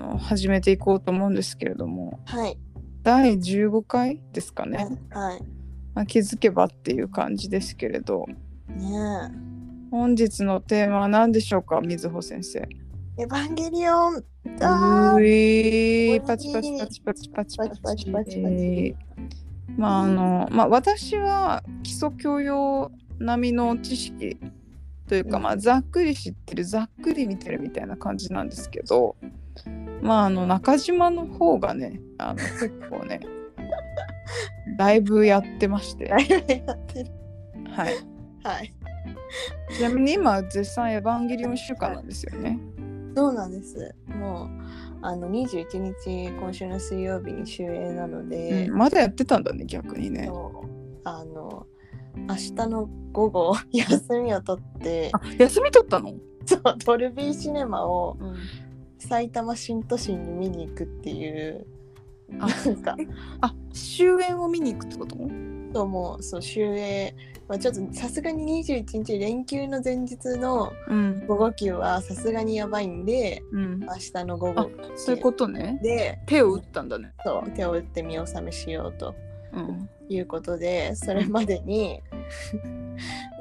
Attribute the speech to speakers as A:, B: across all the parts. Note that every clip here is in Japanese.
A: の始めていこうと思うんですけれども
B: はい。
A: 第15回ですかね、
B: はい。
A: まあ気づけばっていう感じですけれど
B: ね
A: 本日のテーマは何でしょうか水穂先生。
B: え。エヴァンゲリオン。あ
A: う
B: ー
A: い
B: ー
A: パチパチパチパチパチパチパチ
B: パチパチパチパチ
A: まああのまあ私は基礎教養並みの知識というか、
B: うん
A: まあざっくり知ってるざっくり見てるみたいな感じなんですけどまああの中島の方がねあの結構 ねだいぶやってまして、
B: だいぶやってる。
A: はい、
B: はい。
A: ちなみに今絶賛「エヴァンゲリオン」週間なんですよね。
B: そうなんです。もう、あの、21日、今週の水曜日に終映なので、
A: うんまだやってたんだね逆にね。
B: そうあの、明日の午後、休みを取って、
A: あ休み取ったの、
B: そう、ドルビーシネマを埼玉新都心に見に行くっていう、
A: あ
B: なんか、
A: あ終演を見に行くってこと
B: そうもうそう終映、まあ、ちょっとさすがに21日連休の前日の
A: うん
B: 午後休はさすがにやばいんで
A: うん
B: 明日の午
A: あ
B: 後
A: そういうことね
B: で
A: 手を打ったんだね
B: そう手を打って見納めしようと
A: うん
B: いうことでそれまでに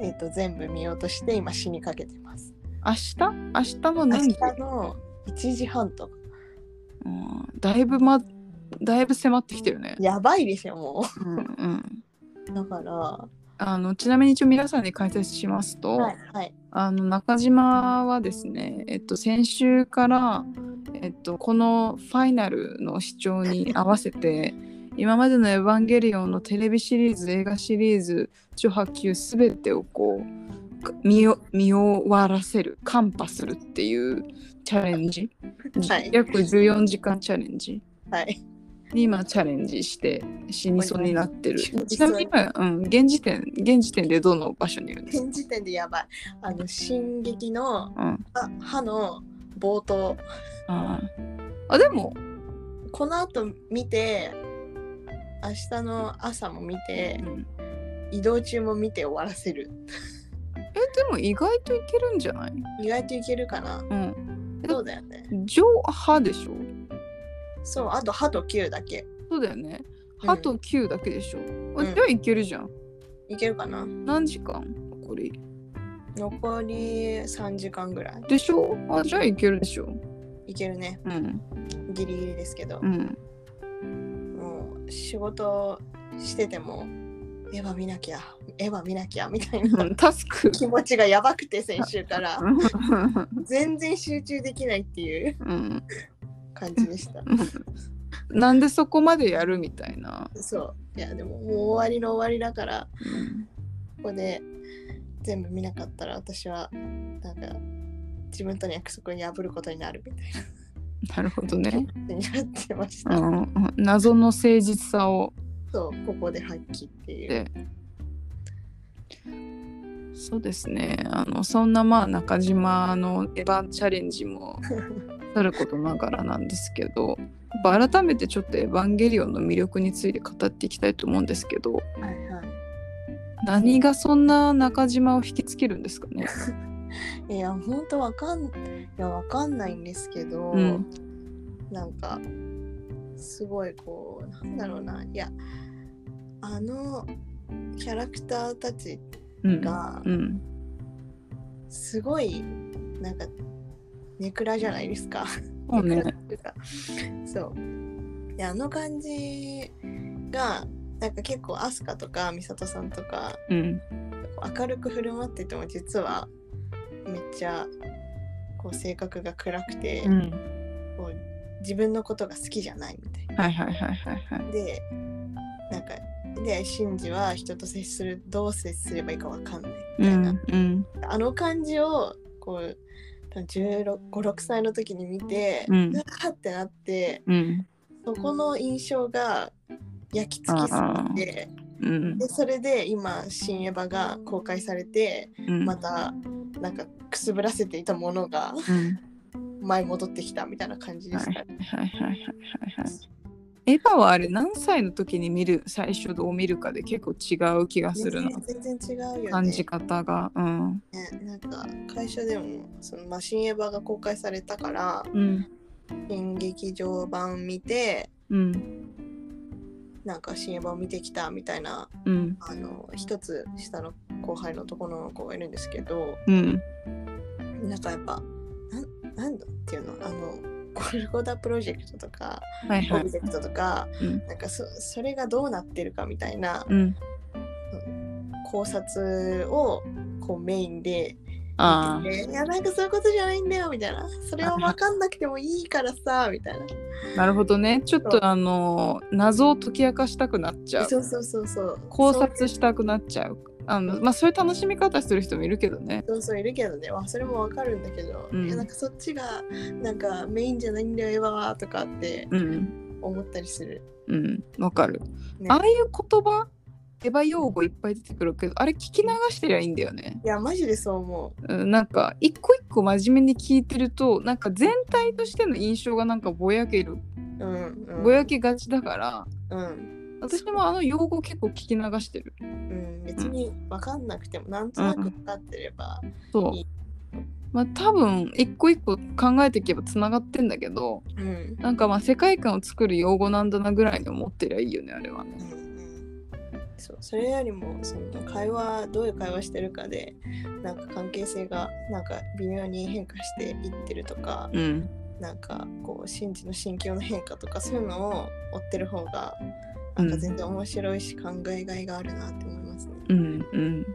B: えっと全部見ようとして今死にかけてます
A: 明日明日の
B: 明
A: 何時
B: 日、の1時半とか
A: うん、だいぶまだいぶ迫ってきてるね
B: やばいでしょも
A: うんうん
B: う だからは
A: あのちなみに一応皆さんに解説しますと、
B: いはい
A: あの中島はですね、えっと、先週から、えっと、このファイナルの視聴に合わせて今までの「エヴァンゲリオン」のテレビシリーズ映画シリーズ超波及すべてをこうか見よ見終わらせるカンパするっていうチャレンジ、
B: はい
A: 約14時間チャレンジ
B: はい
A: に今チャレンジして死にそうになってる
B: 死にそう
A: ちなみに今、うん、現時点現時点でどの場所にいるんですか、
B: 現時点でやばいあの進撃の
A: うん
B: あ歯の冒頭
A: あーあでも
B: この後見て明日の朝も見て
A: うん
B: 移動中も見て終わらせる
A: えでも意外といけるんじゃない
B: 意外といけるかな
A: うん
B: そうだよね
A: 上歯でしょ
B: そうあと歯と9だけ
A: そうだよね
B: うん
A: 歯と9だけでしょ、あ
B: うん
A: じゃあいけるじゃん
B: いけるかな
A: 何時間これ
B: 残り3時間ぐらい
A: でしょあじゃあいけるでしょ
B: いけるね
A: うん
B: ギリギリですけど
A: う、ん
B: もう仕事しててもエヴァ見なきゃエヴァ見なきゃみたいな
A: タスク
B: 気持ちがやばくて先週から
A: うん
B: 全然集中できないっていう
A: うん
B: 感じでした
A: なんでそこまでやるみたいな、
B: そういやでももう終わりの終わりだから
A: うん
B: ここで全部見なかったら私はなんか自分との約束を破ることになるみた
A: な
B: い
A: るほどね、
B: なになってまし
A: う
B: た。
A: ん、謎の誠実さを
B: そうここで発揮っていう。
A: でそうですねあのそんなまあ中島のエヴァチャレンジ もさることながらなんですけどやっぱ改めてちょっと「エヴァンゲリオン」の魅力について語っていきたいと思うんですけど
B: はいは
A: 何がそんな中島を引きつけるんですかね、
B: い、いや本当わかんいやわかんないんですけど、
A: うん
B: なんかすごいこうなんだろうないやあのキャラクターたち
A: うん
B: が
A: うん、
B: すごいなんかネクラじゃないですか。
A: そうね
B: そうであの感じがなんか結構アスカとか美里さんとか
A: うん
B: 明るく振る舞ってても実はめっちゃこう性格が暗くて、
A: うん、
B: こう自分のことが好きじゃないみたい
A: はいはいはいはいはい
B: な。でなんかでシンジは人と接するどう接すればいいかわかんないみ
A: う
B: たいな、
A: んうん
B: あの感じをこう1656歳の時に見て、
A: うん
B: わーってなって。
A: うん
B: そこの印象が焼き付きすぎて
A: うん
B: でそれで今新エヴァが公開されて
A: うん
B: またなんかくすぶらせていたものが
A: うん
B: 舞い戻ってきたみたいな感じですかね。
A: はいはいはいはいはい。エヴァはあれ何歳の時に見る最初どう見るかで結構違う気がするな
B: 全然全然違うよね。
A: 感じ方が。うん。
B: ねなんか会社でもその、まあ、新エヴァが公開されたから
A: うん。
B: 新劇場版見て
A: うん
B: なんか新映版を見てきたみたいな
A: うん
B: あの一つ下の後輩の男の子がいるんですけど
A: うん
B: なんかやっぱなんなんだっていうのあのゴルゴダプロジェクトとか
A: はいは
B: オ
A: い
B: ブジェクトとか、
A: うん
B: なんかそそれがどうなってるかみたいな
A: うん
B: 考察をこうメインで
A: あ
B: 見てていやなんかそういうことじゃないんだよみたいなそれは分かんなくてもいいからさみたいな
A: あなるほどねちょっ
B: そう
A: とあの謎を解き明かしたくなっちゃう
B: そうそうそうそう
A: 考察したくなっちゃうあのまあそういう楽しみ方する人もいるけどね
B: そうそういるけどね、わそれもわかるんだけど、
A: うん
B: いやなんかそっちがなんかメインじゃないんだよエヴァはとかって
A: うん
B: 思ったりする。
A: うんわかる、
B: ね
A: ああいう言葉エヴァ用語いっぱい出てくるけどあれ聞き流してりゃいいんだよね、
B: いやマジでそう思
A: うん、なんか一個一個真面目に聞いてるとなんか全体としての印象がなんかぼやける
B: う。うん、うん、
A: ぼやけがちだから
B: うん、
A: 私もあの用語結構聞き流してる
B: うん、別にわかんなくてもなんとなく分かってれば、
A: そう
B: いい
A: まあ多分一個一個考えていけばつながってんだけど
B: うん、うん、
A: なんかまあ世界観を作る用語なんだなぐらいに思ってりゃいいよねあれはね
B: うん、そうそれよりもその会話どういう会話してるかでなんか関係性がなんか微妙に変化していってるとか、
A: うん
B: なんかこう真珠の心境の変化とかそういうのを追ってる方がなんか全然面白いし考えがいがあるなって思いますね。
A: うんうん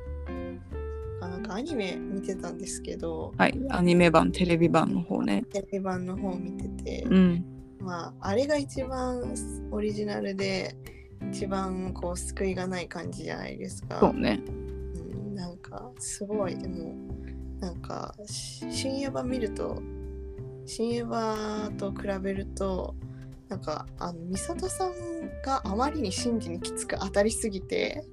B: あなんかアニメ見てたんですけど、
A: はいアニメ版テレビ版の方ね
B: テレビ版の方見てて、
A: うん
B: まああれが一番オリジナルで一番こう救いがない感じじゃないですか。
A: そうね
B: うん、なんかすごいでもなんかし新エヴァ見ると新エヴァと比べるとなんかあの美里さんがあまりに真珠にきつく当たりすぎて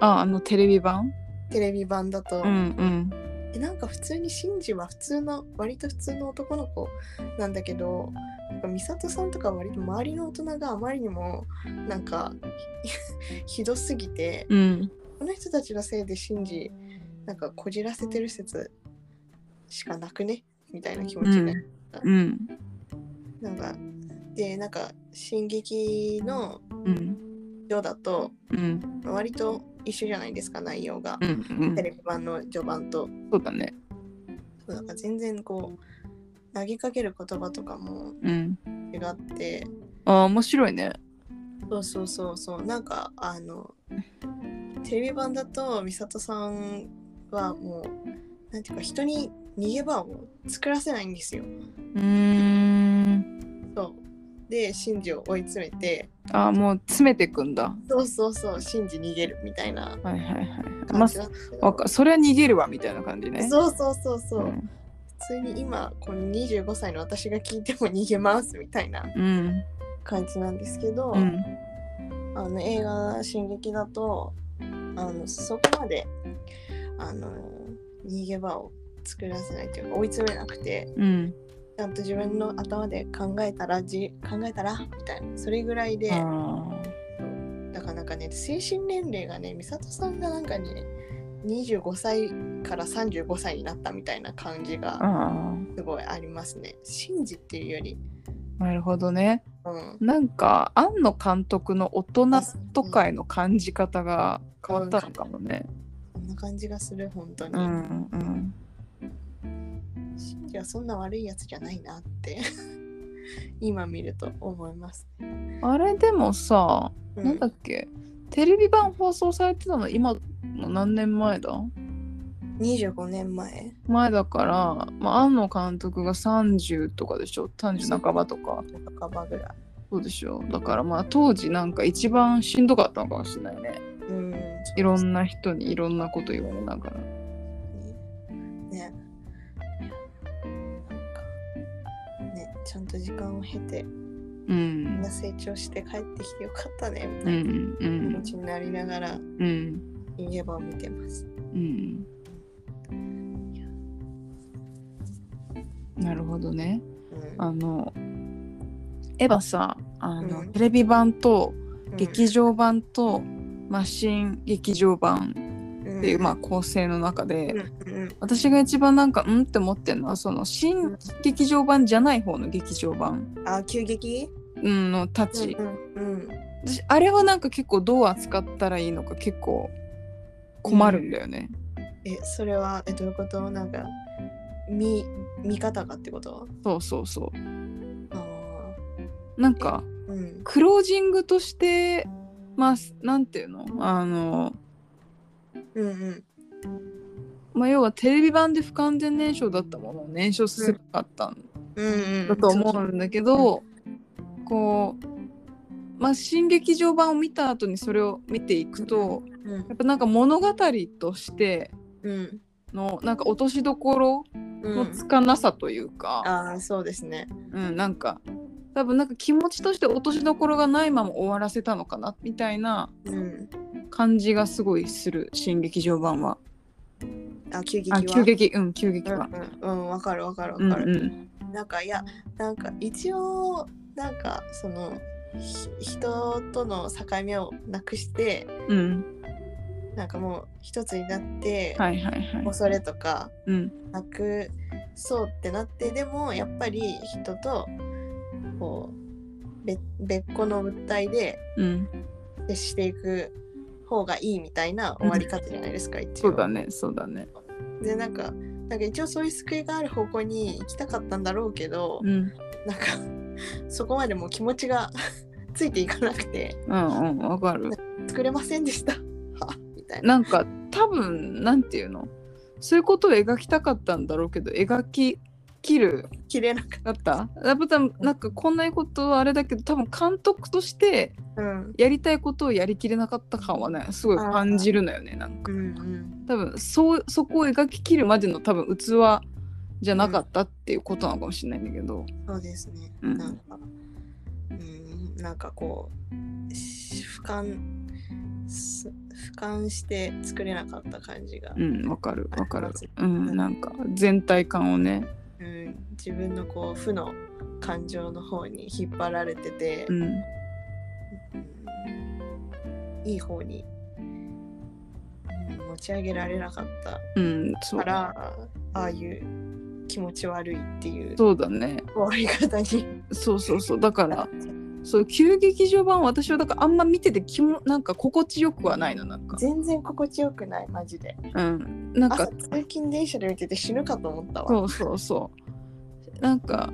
A: ああのテレビ版
B: テレビ版だ
A: う
B: と、
A: んうん
B: えなんか普通に真珠は普通の割と普通の男の子なんだけどなんか美里さんとか割と周りの大人があまりにもなんか ひどすぎて
A: うん
B: この人たちのせいで信じなんかこじらせてる説しかなくねみたいな気持ちが、
A: うん
B: なんかでなんか進撃の
A: うん
B: 序だと
A: うん
B: 割と一緒じゃないですか内容が
A: う、ん
B: テレビ版の序盤と
A: そうだね
B: なんか全然こう投げかける言葉とかも
A: うん
B: 違って
A: ああ面白いね
B: そうそうそうそうなんかあのテレビ版だと美里さんはもうなんていうか人に逃げ場を作らせないんですよ
A: うーん
B: そうで真珠を追い詰めて
A: ああもう詰めてくんだ
B: そうそうそう真珠逃げるみたいな
A: はいはいはいま
B: 感
A: あ
B: じなんですけど、
A: わかそれは逃げるわみたいな感じね
B: そうそうそうそう、
A: うん
B: 普通に今この25歳の私が聞いても逃げますみたいな
A: うん
B: 感じなんですけど、
A: うん
B: あの映画「進撃」だとあのそこまであの逃げ場を作らせないというか追い詰めなくて
A: うん
B: ちゃんと自分の頭で考えたらじ考えたらみたいなそれぐらいで
A: あ
B: だからなんかね精神年齢がね美里さんがなんかね25歳から35歳になったみたいな感じ
A: あ
B: が
A: あ
B: すごいありますね。真珠っていうより、
A: あなるほどね
B: うん、
A: なんか庵野監督の大人とかへの感じ方が変わったのかもね。
B: こんな感じがする本当に。
A: うんうん、
B: 真珠はそんな悪いやつじゃないなって 今見ると思います。
A: あれでもさ、
B: う
A: なんだっけテレビ版放送されてたの今の何年前だ
B: 25年前
A: 前だから、まあ、庵野監督が30とかでしょ30半ばとか
B: 半ばぐらい。
A: そうでしょだからまあ当時なんか一番しんどかったのかもしれないね
B: うん。
A: いろんな人にいろんなこと言われながら。
B: ね。なんかね、ちゃんと時間を経て
A: う
B: みん
A: ん
B: な成長して帰ってきてよかったねみ
A: う
B: たいなん
A: う
B: 気持
A: ん
B: ちになりながら
A: うん
B: 逃げ場を見てます。
A: うんなるほどね。
B: うん
A: あのエヴァさあの、
B: うん
A: テレビ版と
B: うん
A: 劇場版と、マシン劇場版
B: うん
A: でっていう、まあ、構成の中で、
B: うんうん
A: 私が一番なんかうんって思ってるのはその新劇場版じゃない方の劇場版
B: あ急激
A: うんのたち、
B: うんうん
A: 私あれはなんか結構どう扱ったらいいのか結構困るんだよね、
B: えそれはえどういうことなんか見見方がってこと
A: そうそうそ
B: ああ
A: うなんか
B: うん
A: クロージングとしてまあなんていうのあの、
B: うんうん
A: まあ、要はテレビ版で不完全燃焼だったものを燃焼させなかったん
B: うんうん
A: だと思うんだけど、こうまあ新劇場版を見た後にそれを見ていくと
B: うん
A: やっぱなんか物語として
B: うん
A: のなんか落としどころ
B: う
A: の
B: ん
A: つかなさというか、
B: ああそうですね
A: うん、なんか多分なんか気持ちとして落としどころがないまま終わらせたのかなみたいな
B: うん
A: 感じがすごいする新劇場版は。
B: あ急激は
A: あ急激うん急激
B: うん
A: 版。
B: うんうんわかるわかるわ
A: うん
B: か
A: う
B: る
A: ん
B: なんかいやなんか一応なんかそのひ人との境目をなくして
A: うん
B: なんかもう一つになって
A: はいはいはい。
B: 恐れとか
A: うん
B: なくそうってなってでもやっぱり人とこう別別個の物体で
A: うん
B: 接していく方がいいみたいな終わり方じゃないですか、一応
A: そうだねそうだね。
B: でなんかなんか一応そういう救いがある方向に行きたかったんだろうけど、
A: うん
B: なんかそこまでもう気持ちが ついていかなくて
A: うんうんわかる。
B: 作れませんでしたはみたいな。
A: なんか多分なんていうのそういうことを描きたかったんだろうけど描ききる
B: 切れなかっ
A: だったやっぱ多分なんかこんなことはあれだけど多分監督として
B: た。うん。
A: やりたいことをやりきれなかった感はねすごい感じるのよねなん
B: う
A: か
B: んうん。
A: 多分そうそこを描ききるまでの多分器じゃなかったっていうことなのかもしれないんだけど
B: そうですね。
A: うん
B: なんか、うん、なんかこう、し俯瞰す、俯瞰して作れなかった感じが、
A: うんわかるわかるうんなんか全体感をね
B: うん自分のこう、負の感情の方に引っ張られてて、
A: うん
B: うんいい方に、うん持ち上げられなかった。
A: うんそう
B: からああいう気持ち悪いっていう終
A: そうだね
B: わり方に
A: そうそうそうだからそう急劇場版は私はだからあんま見てて気もなんか心地よくはないのなんか
B: 全然心地よくないマジで
A: うんなん
B: 朝
A: か
B: 通勤電車で見てて死ぬかと思ったわ
A: そうそうそうなんか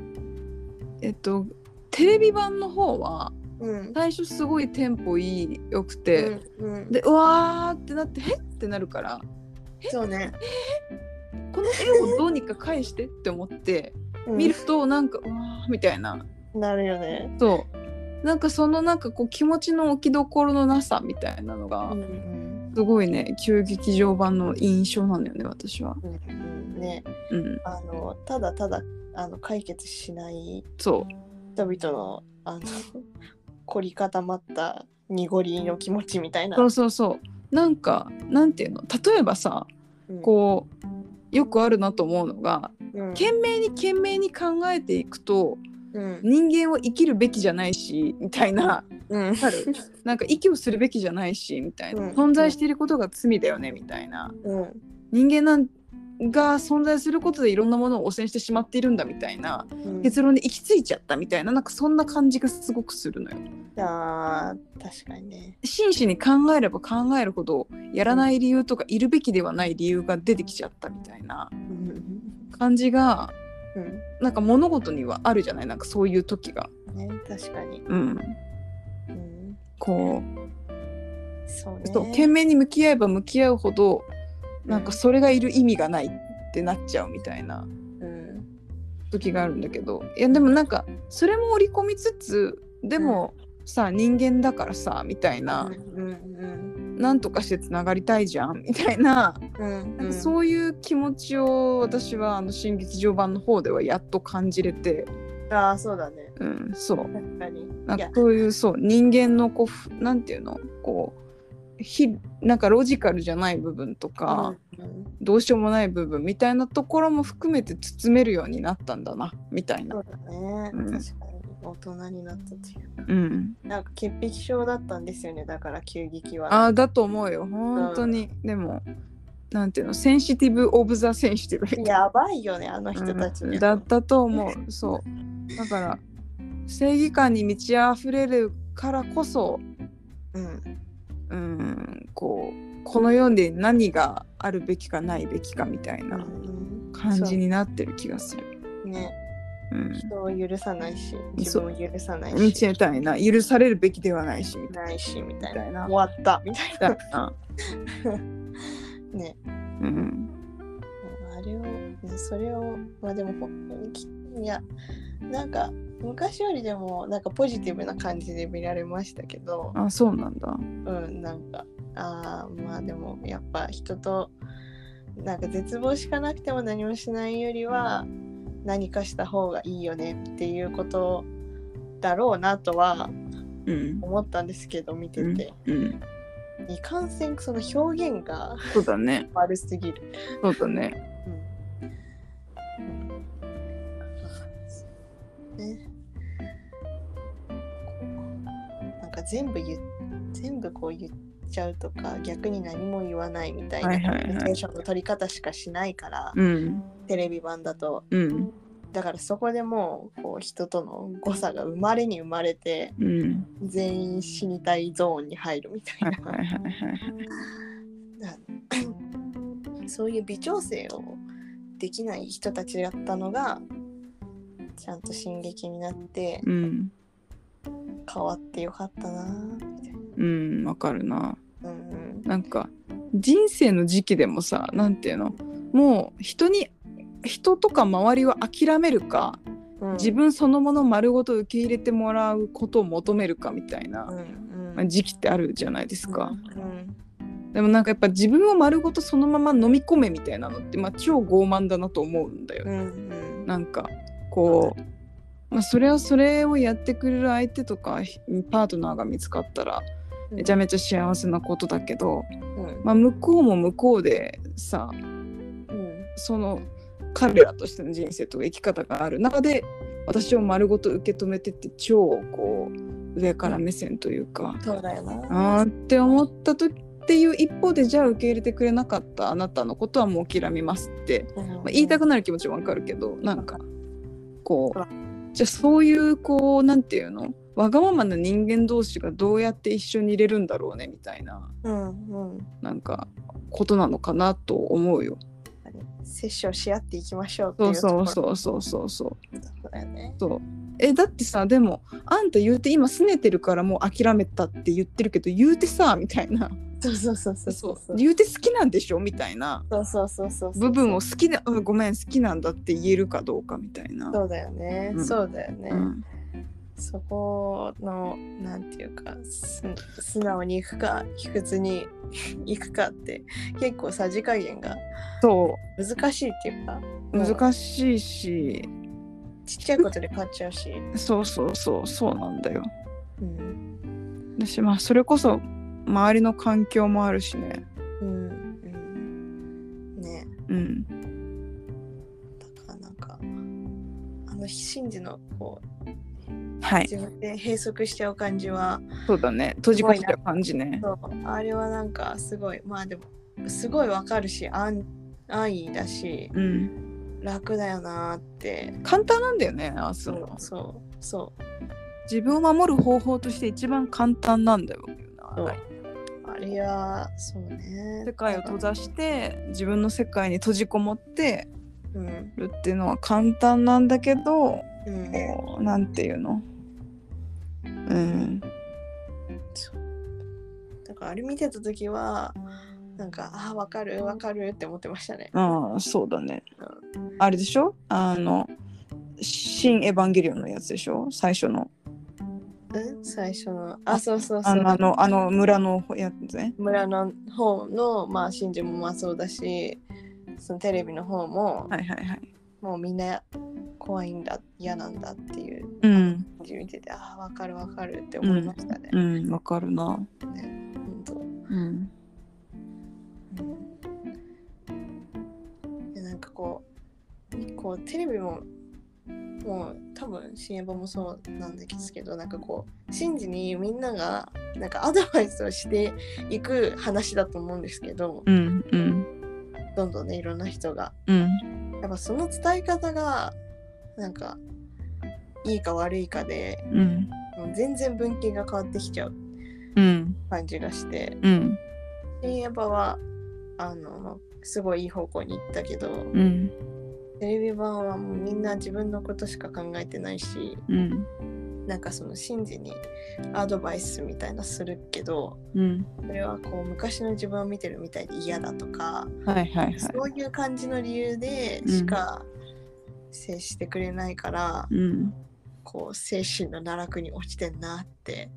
A: えっとテレビ版の方は
B: うん
A: 最初すごいテンポいいよく
B: う
A: て、
B: んうん
A: でうわーってなってへっってなるから
B: そうね
A: この絵をどうにか返してって思って
B: うん
A: 見るとなんかうわーみたいな
B: なるよね
A: そうなんかそのなんかこう気持ちの置きどころのなさみたいなの
B: う
A: が
B: んうん
A: すごいね急劇場版の印象なんだよね私は。
B: うんうんね
A: うん
B: あのただただあの解決しない
A: そ
B: 人々の あの凝り固まった濁りの気持ちみたいうな
A: そうそうそうなんかなんていうの例えばさ
B: うん
A: こうよくあるなと思うのが
B: うん
A: 懸命に懸命に考えていくと
B: うん
A: 人間を生きるべきじゃないしみたいな
B: うん
A: わかるなんか息をするべきじゃないしみたいな
B: うん
A: 存在していることが罪だよねみたいな
B: うん
A: 人間なんが存在することでいろんなものを汚染してしまっているんだみたいな
B: うん
A: 結論で行き着いちゃったみたいななんかそんな感じがすごくするのよ。
B: あー確かにね
A: 真摯に考えれば考えるほどやらない理由とかいるべきではない理由が出てきちゃったみたいな
B: うん
A: 感じが
B: うん
A: なんか物事にはあるじゃないなんかそういう時が。
B: ね確かに、
A: うん、
B: うん、
A: こ
B: そうね
A: うそう懸命に向き合えば向き合うほどなんかそれがいる意味がないってなっちゃうみたいな
B: うん
A: 時があるんだけどいやでもなんかそれも織り込みつつでもさ人間だからさみたいな
B: うんうん
A: なんとかしてつながりたいじゃんみたいな。
B: うん
A: なん
B: う
A: か
B: ん
A: そういう気持ちを私はあの新劇場版の方ではやっと感じれて、
B: ああそうだね
A: うん、そう
B: 確かに
A: なん
B: い
A: か
B: や
A: そういうそう人間のこうふなんていうのこうひなんかロジカルじゃない部分とか、
B: うん
A: どうしようもない部分みたいなところも含めて包めるようになったんだなみたい
B: そ
A: な、
B: うだね、
A: うん
B: 確かに大人になったという
A: うん、
B: なんか潔癖症だったんですよねだから急激は
A: ああだと思うよ本当に、でもなんていうのセンシティブ・オブ・ザ・センシティブみたいな
B: やばいよね、あの 人たち
A: う
B: ね。
A: んだったと思うそうだから正義感に満ち溢れるからこそ
B: うん。
A: うんこうこの世で何があるべきかないべきかみたいな感じになってる気がする。
B: ね、
A: うん
B: 人を許さないし、自
A: そう
B: 分を許さない
A: み
B: し、
A: たいな許されるべきではないしみた
B: ないし、みたい
A: みたい
B: な。
A: な
B: 終わった、みたい
A: いな。
B: な。ね。
A: うん
B: あれを、ねそれを、まあでも本当にき、いや、なんか、昔よりでも、なんかポジティブな感じで見られましたけど、
A: あそうなんだ。
B: うんなんかあーまあでもやっぱ人となんか絶望しかなくても何もしないよりは何かした方がいいよねっていうことだろうなとは
A: うん
B: 思ったんですけど見てて、
A: うん、
B: いかんせんその表現が
A: そうだね
B: 悪すぎる、
A: そうだね。
B: うんね、なんか全部言っ全部こう言っちゃうとか逆に何も言わないみたいな
A: はい
B: コミ
A: はいはい
B: ュニケーションの取り方しかしないから、
A: うん
B: テレビ版だと
A: うん
B: だからそこでもうこう人との誤差が生まれに生まれて
A: うん
B: 全員死にたいゾーンに入るみた
A: はいい
B: な、
A: はいはいはい。
B: そういう微調整をできない人たちだったのがちゃんと進撃になって
A: うん
B: 変わってよかったなみたい
A: うんわかるな。
B: な。うんうん
A: なんか人生の時期でもさなんていうのもう人に人とか周りを諦めるか
B: うん
A: 自分そのもの丸ごと受け入れてもらうことを求めるかみたいな
B: うんうん
A: まあ時期ってあるじゃないですか、
B: うん
A: でもなんかやっぱ自分を丸ごとそのまま飲み込めみたいなのって、まあ、超傲慢だなと思うんだよ
B: う
A: ね、
B: んうん
A: なんかこう、まあ、それはそれをやってくれる相手とかパートナーが見つかったらめちゃめちゃ幸せなことだけど、
B: うん
A: まあ、向こうも向こうでさ
B: うん
A: その彼らとしての人生とか生き方がある中で私を丸ごと受け止めてって超こう上から目線というか、
B: そうだよ
A: あー
B: な
A: って思った時っていう一方でじゃあ受け入れてくれなかったあなたのことはもう諦めますって、まあ、言いたくなる気持ちもわかるけどなんかこ
B: ほら
A: うじゃあそういうこうなんていうのわがままな人間同士がどうやって一緒にいれるんだろうねみたいな
B: うんうん
A: なんかことなのかなと思うよ。
B: セッションし合っていきましょうってい
A: そううそう
B: う
A: そうそうそうそう。
B: そうだよね
A: そうえだってさでもあんた言うて今拗ねてるからもう諦めたって言ってるけど言うてさみたいな
B: そうそうそうそう
A: そ
B: そうう
A: 言うて好きなんでしょみたいな
B: そうそうそうそう
A: 部分を好きでうんごめん好きなんだって言えるかどうかみたいな。
B: そうだよね、
A: うん
B: そうだよね、
A: うん
B: そこのなんていうかす素直に行くか卑屈に行くかって 結構さじ加減が
A: そ
B: 難しいっていうか
A: う
B: もう
A: 難しいし、
B: ちっちゃいことで変わっちゃうし、
A: そうそうそうそうなんだよ。
B: うん
A: だしまあそれこそ周りの環境もあるしね。
B: うんうん、ね
A: うん
B: だからなんかあの真珠のこう
A: はい
B: 自分で閉塞しちゃう感じは
A: そうだね閉じ込めた感じね。
B: そうあれはなんかすごいまあでもすごいわかるし安安易だし
A: うん
B: 楽だよなーって
A: 簡単なんだよねあそ
B: そううそうそう
A: 自分を守る方法として一番簡単なんだよ。
B: そうあれはそうね
A: 世界を閉ざして自分の世界に閉じこもって
B: うん
A: るっていうのは簡単なんだけど
B: うん
A: こうなんていうのうん
B: だからあれ見てた時はなんかああわかるわかるって思ってましたね
A: ああそうだねあれでしょあの「新エヴァンゲリオン」のやつでしょ最初の
B: うん最初のあそうそうそ
A: あのあ
B: う
A: のあの村のやつね
B: 村の方のまあ真珠もまあそうだしそのテレビの方も、
A: はいはいはい
B: もうみんな怖いんだ嫌なんだっていう
A: うん
B: 感じ見ててああわかるわかるって思いましたね、
A: うんわかるな
B: 本当
A: うん
B: でなんかこうこうテレビももう多分新エヴァもそうなんですけどなんかこう真珠にみんながなんかアドバイスをしていく話だと思うんですけど
A: うんうん
B: どんどんねいろんな人が
A: うん
B: やっぱその伝え方がなんかいいか悪いかで
A: うん
B: もう全然文系が変わってきちゃう
A: うん
B: 感じがして
A: うん
B: 深夜版はあのまあすごいいい方向に行ったけど
A: うん
B: テレビ版はもうみんな自分のことしか考えてないし
A: うん
B: なんかその真ジにアドバイスみたいなするけど
A: うん
B: それはこう昔の自分を見てるみたいで嫌だとか
A: はいはいはい
B: そういう感じの理由でしか接してくれないから、
A: うん
B: こう精神の奈落に落ちてんなって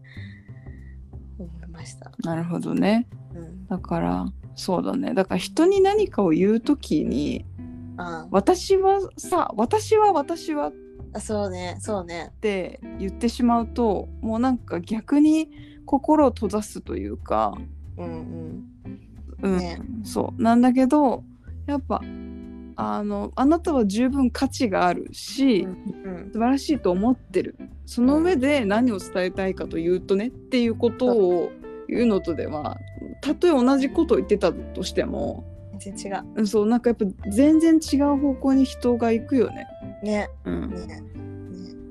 B: 思いました。
A: なるほどね
B: うん、
A: だからそうだねだから人に何かを言う時に
B: あ
A: 私はさ私は私はっ
B: あそうねそうね
A: て言ってしまうともうなんか逆に心を閉ざすというか、
B: うん
A: うん
B: ね
A: そうなんだけどやっぱあのあなたは十分価値があるし、
B: うんうん
A: 素晴らしいと思ってるその上で何を伝えたいかというとねっていうことを言うのとではたとえ同じことを言ってたとしても
B: うん全然違う
A: うんそうなんかやっぱ全然違う方向に人が行くよね。
B: ね
A: うん、
B: ね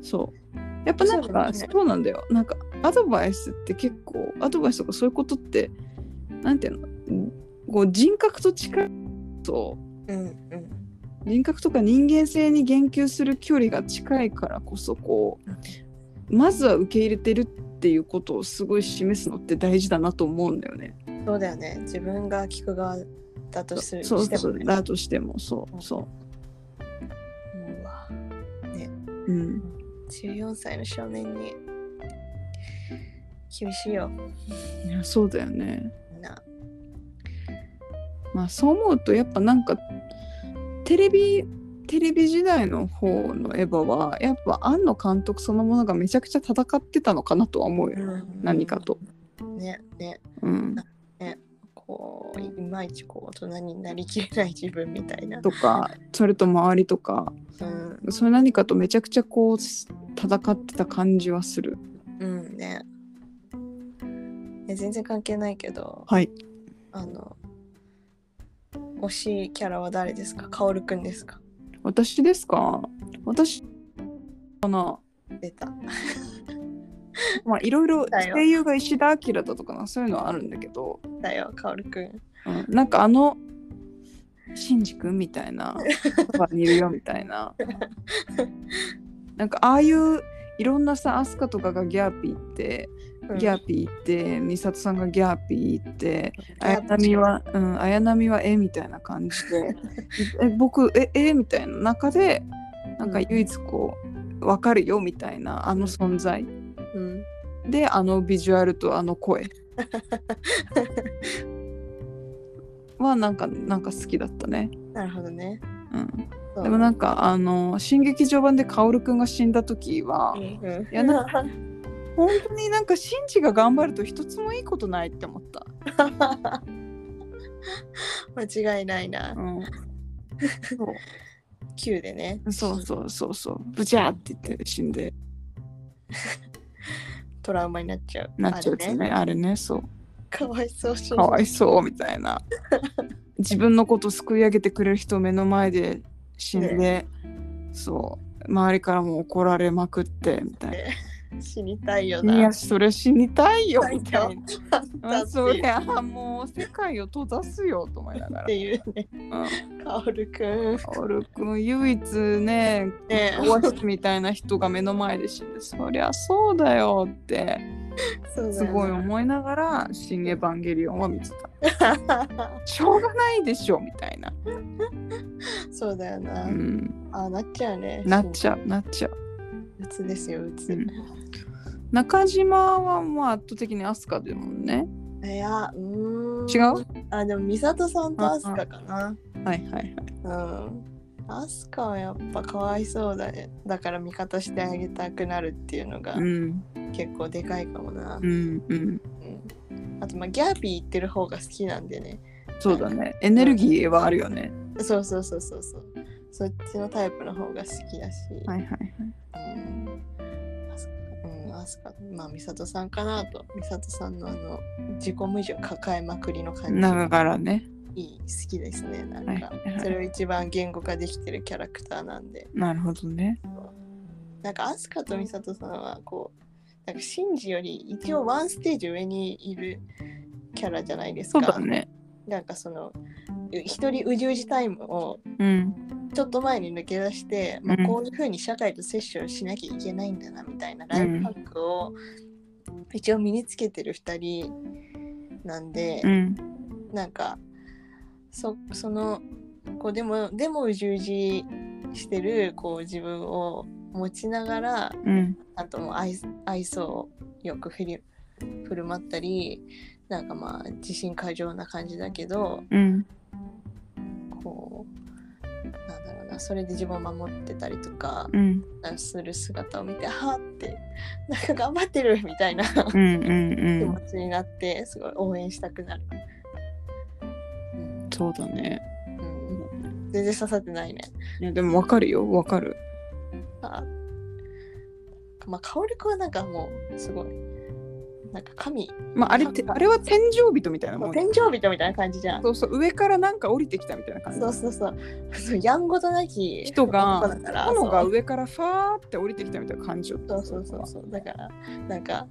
A: そうやっぱなんか
B: そうだね
A: そうなんだよなんかアドバイスって結構アドバイスとかそういうことってなんていうのうんこう人格と近いと
B: うんうん
A: 人格とか人間性に言及する距離が近いからこそこうまずは受け入れてるっていうことをすごい示すのって大事だなと思うんだよね。
B: そうだよね自分が聞く側だとする
A: そう
B: して
A: そ
B: も
A: う
B: ね
A: だとしてもそうそう
B: わ
A: う、うん、
B: 14歳の少年に厳しいよ
A: いやそうだよね。
B: みんな
A: まあそう思うとやっぱなんかテレビテレビ時代の方のエヴァはやっぱ庵野監督そのものがめちゃくちゃ戦ってたのかなとは思うよ、
B: うん
A: 何かと。
B: ねね
A: うん、
B: こういまいちこう大人になりきれない 自分みたいな
A: とかそれと周りとか
B: うん
A: それ何かとめちゃくちゃこう戦ってた感じはする。
B: うんねね全然関係ないけど
A: はい。
B: あの推しキャラは誰ですかカオルくんですか
A: 私ですか私かな
B: 出た
A: まあいろいろ
B: だよ
A: 声優が石田明だとかなそういうのはあるんだけど、
B: だよカオルくん
A: うん、なんかあのシンジ君みたいなそばにいるよみたいななんかああいういろんなさアスカとかがギャーピーって
B: うん
A: ギャーピーって美里さんがギャーピーって
B: や
A: 綾波は、うん、綾波はえみたいな感じでえ僕ええみたいな中でなんか唯一こう分かるよみたいなあの存在
B: うん
A: であのビジュアルとあの 声はなんかなんか好きだったね、
B: なるほどね
A: うん、
B: そう
A: でもなんかあの新劇場版で薫くんが死んだ時は
B: うんうん
A: いやなん本当になんかシンジが頑張ると一つもいいことないって思った、
B: 間違いないな
A: うん、 そう
B: Q でね
A: そうそうそうそうブチャーって言って死んで
B: トラウマになっちゃう
A: なっちゃう
B: あ
A: やつ
B: れ
A: ねあれねそう
B: かわいそうし
A: かわいそうみたいな自分のこと救い上げてくれる人を目の前で死んで、そう周りからも怒られまくってみたい
B: 死にたいよ
A: な。い
B: な
A: やそれ死にたいよ
B: 死
A: み
B: にたい
A: た
B: よ
A: いな。
B: だって
A: あそりゃもう世界を閉ざすよと思いなが
B: っ
A: ら。
B: ていうね
A: うん
B: カオルくん
A: 薫君唯一ね
B: ね
A: オアシスみたいな人が目の前で死んでそりゃそうだよって
B: そうだよな
A: すごい思いながら「新エヴァンゲリオン」を見てた。
B: う
A: しょうがないでしょみたいな。
B: ん そうだよな、
A: うん、
B: あなっちゃうね
A: なっちゃうなっちゃう。
B: うつですようつ、
A: うん中島はまあ圧倒的にアスカだもんね。
B: いやうーん
A: 違うは
B: あでも美里さんとアスカかない
A: はいはい。
B: うんアスカはやっぱかわいそうだねだから味方してあげたくなるっていうのが
A: うん
B: 結構でかいかもな、
A: うんうん。
B: うんあとまあギャーピー言ってる方が好きなんでね
A: そうだね。エネルギーはあるよね。
B: そうそうそうそうそうそっちのタイプの方が好きだし、
A: はいはいはい。
B: うんアスカうんアスカまあ美里さんかなと美里さんのあの自己矛盾抱えまくりの感じ
A: だからね。
B: いい好きですねなん
A: はい
B: か
A: はいはい
B: それを一番言語化できてるキャラクターなんで
A: なるほどね。
B: なんかアスカとミサトさんはこうなんかシンジより一応ワンステージ上にいるキャラじゃないです
A: そ
B: か
A: うだね。
B: なんかそのう一人うじうじタイムを
A: うん。
B: ちょっと前に抜け出して、ま
A: うん
B: あ、こういうふうに社会と接触しなきゃいけないんだなみたいなライフハックを一応身につけてる2人なんで、
A: うん。
B: なんかそそのこうでもでも従事してるこう自分を持ちながら
A: うん。
B: あともう愛愛想をよく振り振る舞ったりなんかまあ自信過剰な感じだけど
A: うん。
B: こうなんだろうなそれで自分を守ってたりとか
A: うん。
B: する姿を見てはあってなんか頑張ってるみたいな
A: うん。うん。
B: 気
A: う
B: 持
A: ん。
B: ちになってすごい応援したくなる。うん
A: そうだね。
B: うん、全然刺さってないね。
A: いや、でもわかるよ。わかる。
B: あまあ、薫君はなんかもうすごい、なんか神、
A: まあ、あれって、あれは天井人みたいな
B: も
A: も。
B: うん天井人みたいな感じじゃん。
A: そうそう、上からなんか降りてきたみたいな感じ。
B: そうそうそう。そうやんごとなき
A: 人が
B: 男だから
A: 炎が
B: そう
A: 上からファーって降りてきたみたいな感じよ
B: そうそうそうそう。だから、なんか、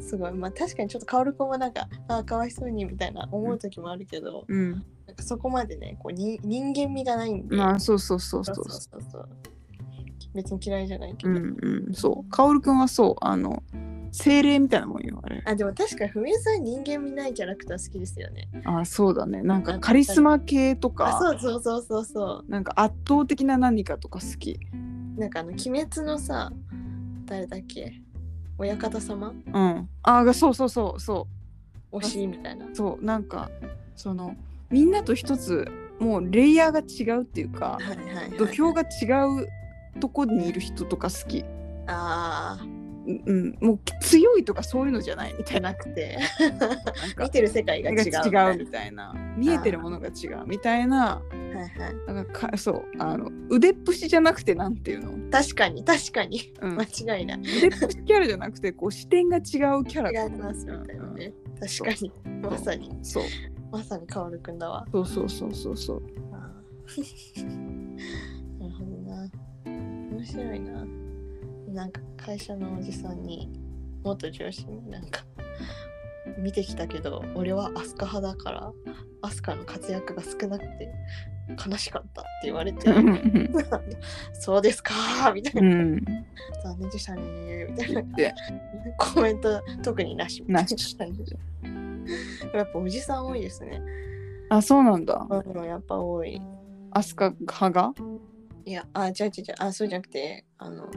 B: すごい、まあ確かにちょっと薫君はなんか、ああ、かわいそうにみたいな思う時もあるけど、
A: うん。
B: なんかそこまでね、こうに人間味がないんで。
A: まあ、そうそうそうそ
B: そうう
A: そ
B: そうう。そうそう。別に嫌いじゃないけ
A: う
B: ど。
A: んうん、そう。カオルくんはそう、あの、精霊みたいなもんよ、あれ。
B: あでも確かに文枝さん人間味ないキャラクター好きですよね。
A: あそうだね。なんかカリスマ系と
B: あ
A: か、
B: そうそうそうそうそ
A: なんか圧倒的な何かとか好き。
B: う。なんかあの鬼滅のさ誰だっけ親方様
A: うん。ああ、そうそうそうそ
B: 推しみたいな。
A: う。そう、なんか、その、みんなと一つ、もうレイヤーが違うっていうか、
B: はいはい、はい。
A: 土俵が違うとこにいる人とか好き。
B: ああ
A: うんうん、もう強いとかそういうのじゃないみた
B: じ
A: い
B: ゃ
A: な。
B: なくて
A: なんか
B: 見てる世界が違う。
A: が違うみたいな。見えてるものが違うみたいな。
B: はいはい。
A: なんかかそうあの腕っぷしじゃなくてなんていうの、
B: 確かに確かに
A: うん、
B: 間
A: 腕っ
B: 違いない。
A: ぷしキャラじゃなくてこう視点が違うキャラ
B: 違いますみたいなね。確かにまさに
A: そう
B: まさに薫くん だわ。
A: そうそうそうそうそう
B: あーなるほどな。面白いな。なんか会社のおじさんに元上司になんか見てきたけど俺はアスカ派だからアスカの活躍が少なくて悲しかったって言われてそうですかーみたいうなん残念でしたねーみたいな
A: で
B: コメント特になしみたい
A: なし
B: 感じでやっぱおじさん多いですね。
A: あそうなんだ
B: うんやっぱ多い。
A: アスカ派が
B: いや、あ、違う違う違う、あ、そうじゃなくて、あの、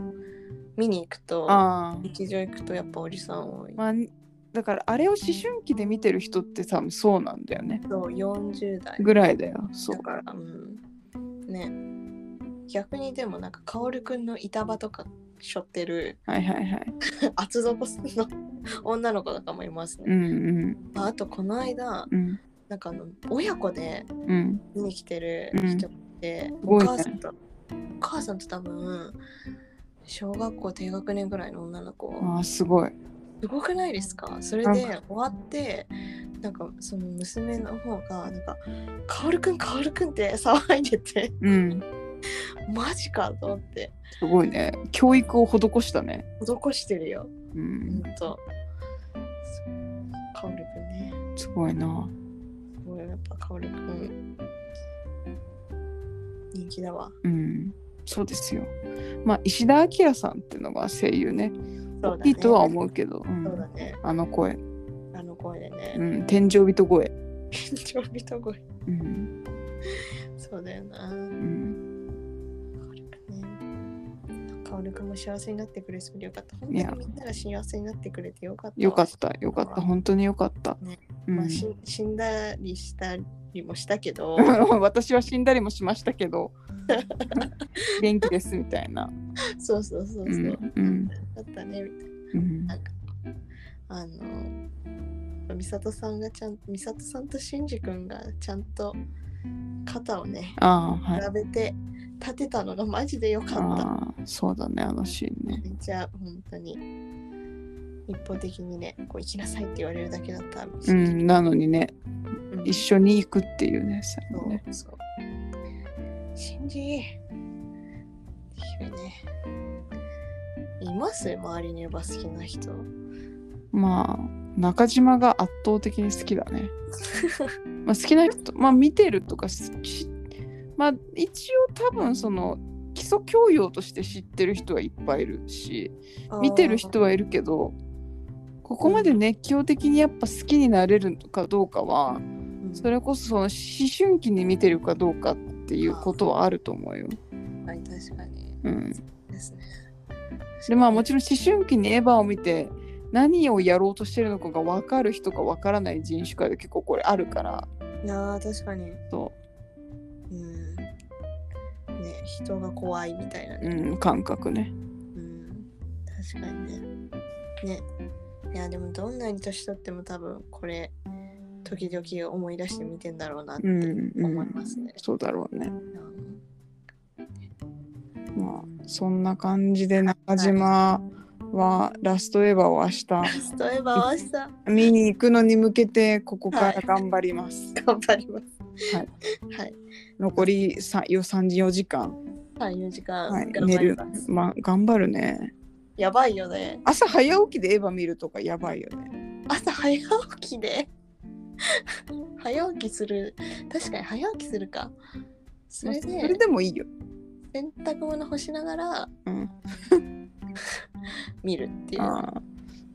B: 見に行くと、
A: あー
B: 劇場行くとやっぱおじさん多い。
A: まあだからあれを思春期で見てる人って多分そうなんだよね
B: そう、40代。
A: ぐらいだよそ
B: だ
A: う
B: から、うん。ね。逆にでもなんか、カオルくんの板場とか背負ってる
A: はいはいはい
B: 厚底の女の子とかもいます
A: う
B: ね。
A: ん
B: ああと、この間、
A: うんうん
B: なんかあの、親子で
A: うん
B: 見に来てる人って、
A: うん
B: お
A: すごい
B: 母
A: ね
B: さんと、お母さんと多分、小学校低学年ぐらいの女の子。
A: あーすごい
B: すごくないですかそれ
A: なん
B: で終わってなんかその娘の方がなんか「カオルくんカオルくん」って騒いでて
A: うん
B: マジかと思って
A: すごいね教育を施したね
B: 施してるよ
A: う
B: ほ
A: ん
B: んとカオルくんね
A: すごいな
B: すごいやっぱカオルくん人気だわ
A: うん、そうですよ。まあ石田明さんっていうのが声優ね
B: そうだね
A: 大きいとは思うけど、うん
B: そうだね
A: あの声、
B: あの声で
A: う
B: ね
A: ん、天井人声、
B: 緊張人声
A: うん
B: そうだよな
A: うん、
B: カオルくんも幸せになってくれそうでよかった。本当
A: い
B: に
A: や
B: みんなが幸せになってくれてよかったわ。
A: よかったよかった本当によかった、
B: ね
A: う
B: まあ、
A: ん、
B: し死んだりしたりもしたけど
A: 私は死んだりもしましたけ ど元気ですみたいな、
B: そうそうそう
A: う
B: そう、
A: んうん
B: だったねみたい
A: うん
B: な、なんかあの美里さんがちゃん美里さんと真く君がちゃんと肩をね
A: ああはい
B: 並べて立てたのがマジでよかった
A: ああそうだねあのシーンね
B: めっちゃ本当に一方的にねこう行きなさいって言われるだけだったら
A: う
B: うん
A: ん、なのにね、一
B: そ
A: 緒に行くっていうね、最後ね
B: うそう信じいいよねいます周りにエヴァ好きな人
A: まあ、中島が圧倒的に好きだね。まあ好きな人、まあ見てるとかし、しまあ一応多分その基礎教養として知ってる人はいっぱいいるし、見てる人はいるけど、ここまで熱狂的にやっぱ好きになれるかどうかは、
B: うん
A: それこそその思春期に見てるかどうかっていうことはあると思うよ。
B: はい確かに
A: うん。
B: ですね
A: でまあもちろん思春期にエヴァを見て何をやろうとしてるのかが分かる人か分からない人種かで結構これあるから
B: いやー確かに
A: そ
B: うんね人が怖いみたいな
A: う、
B: ね
A: うん、感覚ね
B: うん確かにねねいやでもどんなに年取っても多分これ時々思い出して見てんだろうなって
A: うん、うん、
B: 思いますね、
A: そうだろうね
B: うん
A: まあそんな感じで中島はラストエヴァを明
B: 例えば明日
A: 日見に行くのに向けてここから頑張ります、
B: 頑張ります
A: はい
B: はい
A: 残り34時間、
B: 34時間
A: はい、
B: 頑
A: 寝
B: 張り
A: る
B: ます、
A: まあ頑張るね
B: やばいよね
A: 朝早起きでエヴァ見るとかやばいよね
B: 朝早起きで 早起きする確かに早起きするかそ
A: まあ
B: れ
A: そ
B: で
A: れでもいいよ、
B: 洗濯物干しながら
A: うん、
B: 見るっていう
A: ああ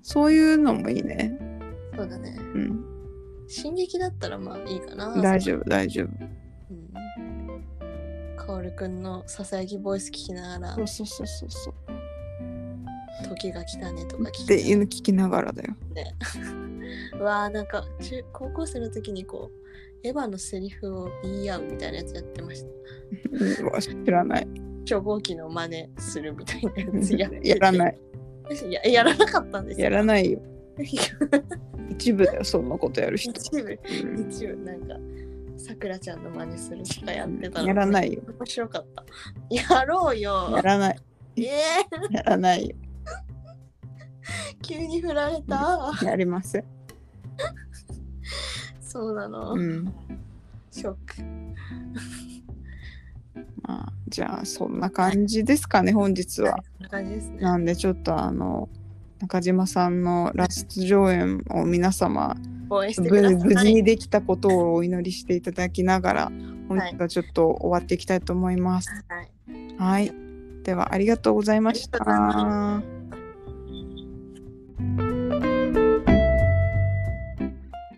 A: そういうのもいいね。
B: そうだね
A: うん、
B: 進撃だったらまあいいかな
A: 大丈夫大丈
B: うんカオルくんのささやきボイス聞きながら
A: 夫。そうそうそうそう。
B: 「時が来たね」とか聞
A: っていう
B: い
A: の聞きながらだよ。
B: てわあなんか中高校生の時にこうエヴァのセリフを言い合うみたいなやつやって ました
A: うんうわ知らない。
B: 初号機の真似するみたいなやつやってて
A: やらない。
B: いややらなかったんですよ
A: やらないよ。
B: いや
A: 一部だよ、そんなことやる人。
B: 一部
A: うん
B: 一部なんかさくらちゃんの真似するとかやってたの
A: やらないよ。
B: 面白かったやろう
A: や
B: よ
A: らない。
B: ええ
A: やらないよ。
B: 急に振られた
A: やりません。
B: そうなの、
A: うん。
B: ショック
A: まあ、じゃあ、そんな感じですかね、本日は。
B: こんな感じですね。
A: なんで、ちょっとあの、中島さんのラスト上演を皆様、
B: 応援してくだ
A: 無無
B: さ
A: 事
B: い。
A: にできたことをお祈りしていただきながら本日はちょっと終わっていきたいと思います。
B: はい、
A: はい、ではありがとうございました。
B: ありがとうございま